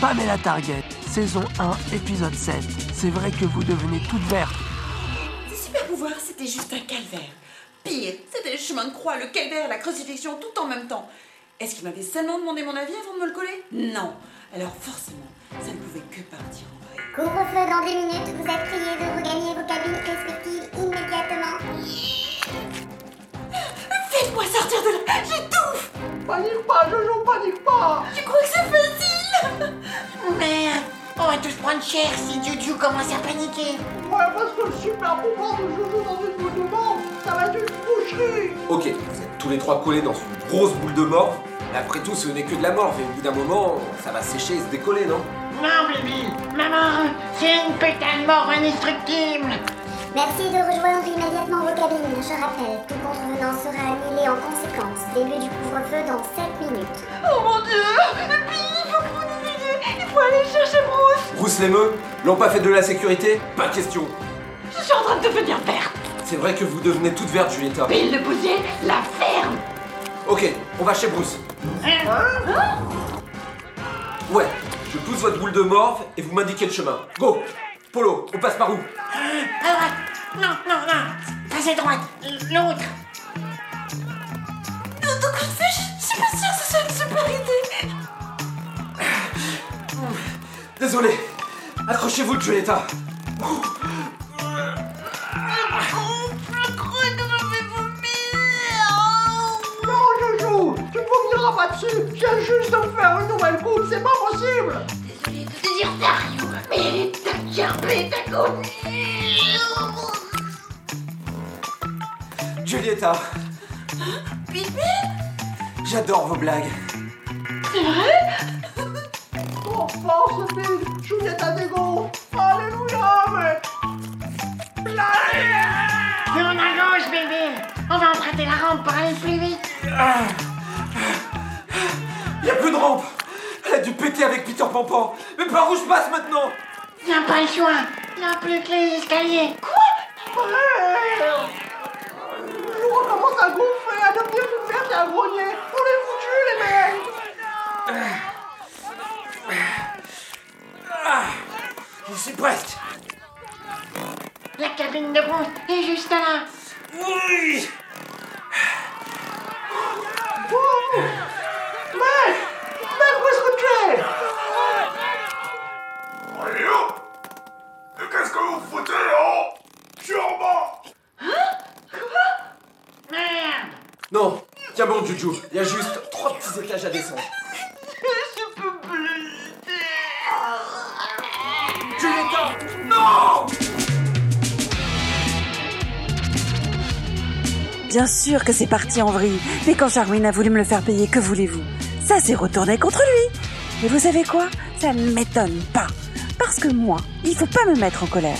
Pamela Target, saison 1, épisode 7. C'est vrai que vous devenez toute verte. Ces super pouvoirs, c'était juste un calvaire. Pire, c'était le chemin de croix, le calvaire, la crucifixion, tout en même temps. Est-ce qu'il m'avait seulement demandé mon avis avant de me le coller Non. Alors forcément, ça ne pouvait que partir en vrai. Couvre-feu dans deux minutes, vous êtes priés de regagner vos cabines respectives immédiatement. Faites-moi sortir de là J'étouffe Panique pas, Jojo, panique pas Je crois que c'est facile Merde On va tous prendre cher si Juju commence à paniquer Ouais, parce que le super pouvoir de Jojo dans une boule de mort, ça va être une boucherie Ok, vous êtes tous les trois collés dans une grosse boule de mort. Mais après tout, ce n'est que de la mort, mais au bout d'un moment, ça va sécher et se décoller, non Non, Bibi Maman C'est une putain de mort indestructible Merci de rejoindre immédiatement vos cabines. Je rappelle, tout contrevenant sera annulé en conséquence. Début du couvre-feu dans 7 minutes. Oh mon dieu Et puis, il faut que vous nous aidiez Il faut aller chercher Bruce Bruce les Meux L'ont pas fait de la sécurité Pas question Je suis en train de devenir verte C'est vrai que vous devenez toute verte, Julieta. Bill le bousier, la ferme Hein Ok, on va chez Bruce. Ouais, je pousse votre boule de morve et vous m'indiquez le chemin. Go Polo, on passe par où À droite Non, non, non Pas à droite L'autre Donc, je je suis pas sûre que ce soit une super idée Désolé Accrochez-vous, Julieta Oh, Non, Jojo, tu ne vomiras pas dessus Viens juste de me faire une nouvelle coupe, c'est pas possible Désolé de te dire Dario, mais t'as gardé ta connu Julieta J'adore vos blagues Bon, force, Bill, Juliette à dégo Alléluia, mec Plus on a gauche, bébé On va emprunter la rampe pour aller plus vite Y a plus de rampe Elle a dû péter avec Peter Pampan Mais par où je passe maintenant Y'a pas le choix Y'a plus que les escaliers Merde Je recommence à gonfler, à devenir une merde et à grogner On est foutus, les mecs Je suis presque La cabine de bronze est juste là Oui Mec Mec, où est-ce que tu es Allez hop Mais qu'est-ce que vous foutez là-haut Je suis en bas Hein Merde Non Tiens bon, Juju, y a juste trois petits étages à descendre. Julieta Non Bien sûr que c'est parti en vrille, mais quand Charwin a voulu me le faire payer, que voulez-vous Ça s'est retourné contre lui Mais vous savez quoi Ça ne m'étonne pas. Parce que moi, il faut pas me mettre en colère.